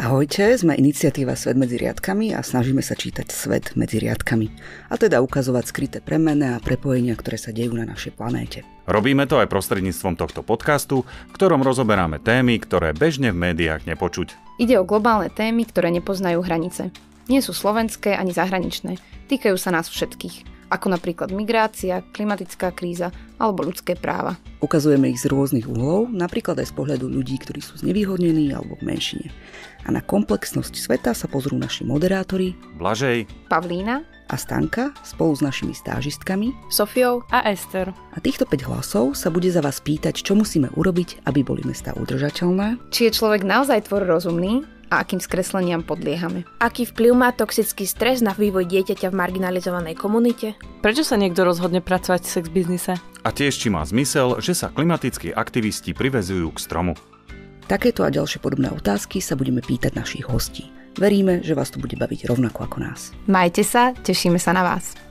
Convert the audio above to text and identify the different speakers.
Speaker 1: Ahojte, sme iniciatíva Svet medzi riadkami a snažíme sa čítať svet medzi riadkami. A teda ukazovať skryté premene a prepojenia, ktoré sa dejú na našej planéte.
Speaker 2: Robíme to aj prostredníctvom tohto podcastu, v ktorom rozoberáme témy, ktoré bežne v médiách nepočuť.
Speaker 3: Ide o globálne témy, ktoré nepoznajú hranice. Nie sú slovenské ani zahraničné, týkajú sa nás všetkých, ako napríklad migrácia, klimatická kríza alebo ľudské práva.
Speaker 1: Ukazujeme ich z rôznych uhlov, napríklad aj z pohľadu ľudí, ktorí sú znevýhodnení alebo v menšine. A na komplexnosť sveta sa pozrú naši moderátori
Speaker 2: Blažej,
Speaker 3: Pavlína,
Speaker 1: a Stanka spolu s našimi stážistkami
Speaker 3: Sofiou
Speaker 4: a Ester.
Speaker 1: a týchto 5 hlasov sa bude za vás pýtať, čo musíme urobiť, aby boli mesta udržateľné,
Speaker 3: či je človek naozaj tvor rozumný a akým skresleniam podliehame.
Speaker 5: Aký vplyv má toxický stres na vývoj dieťaťa v marginalizovanej komunite?
Speaker 4: Prečo sa niekto rozhodne pracovať v sex biznise?
Speaker 2: a tiež či má zmysel, že sa klimatickí aktivisti privezujú k stromu.
Speaker 1: Takéto a ďalšie podobné otázky sa budeme pýtať našich hostí. Veríme, že vás to bude baviť rovnako ako nás.
Speaker 3: Majte sa, tešíme sa na vás.